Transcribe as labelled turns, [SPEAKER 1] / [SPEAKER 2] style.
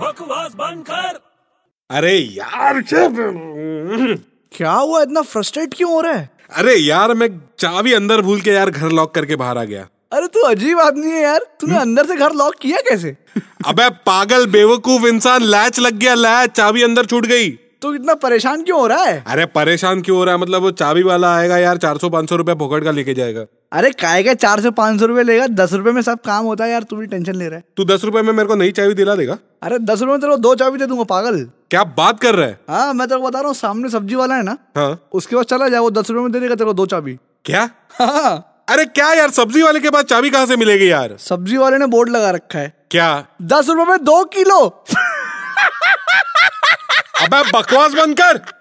[SPEAKER 1] बकवास बंद कर
[SPEAKER 2] अरे यार छे-
[SPEAKER 3] क्या हुआ इतना फ्रस्ट्रेट क्यों हो रहा है
[SPEAKER 2] अरे यार मैं चाबी अंदर भूल के यार घर लॉक करके बाहर आ गया
[SPEAKER 3] अरे तू अजीब आदमी है यार तूने अंदर से घर लॉक किया कैसे
[SPEAKER 2] अबे पागल बेवकूफ इंसान लैच लग गया लैच चाबी अंदर छूट गई
[SPEAKER 3] तू इतना परेशान क्यों हो रहा है
[SPEAKER 2] अरे परेशान क्यों हो रहा है मतलब वो चाबी वाला आएगा यार चार सौ पाँच सौ रुपया फोकट का लेके जाएगा
[SPEAKER 3] अरे काय का चार सौ पाँच सौ रुपये लेगा दस रुपये में सब काम होता है यार तू भी टेंशन ले रहा है
[SPEAKER 2] तू दस रुपए में मेरे को नई चाबी दिला देगा
[SPEAKER 3] अरे दस रुपये में तेरे को दो चाबी दे दूंगा पागल
[SPEAKER 2] क्या बात कर रहा है
[SPEAKER 3] हाँ मैं तेरे को बता रहा हूँ सामने सब्जी वाला है ना
[SPEAKER 2] हाँ
[SPEAKER 3] उसके पास चला जाओ वो दस रुपये में दे देगा तेरे को दो चाबी
[SPEAKER 2] क्या
[SPEAKER 3] हाँ
[SPEAKER 2] अरे क्या यार सब्जी वाले के पास चाबी कहाँ से मिलेगी यार
[SPEAKER 3] सब्जी वाले ने बोर्ड लगा रखा है
[SPEAKER 2] क्या
[SPEAKER 3] दस रुपए में दो किलो
[SPEAKER 2] अबे बकवास बंद कर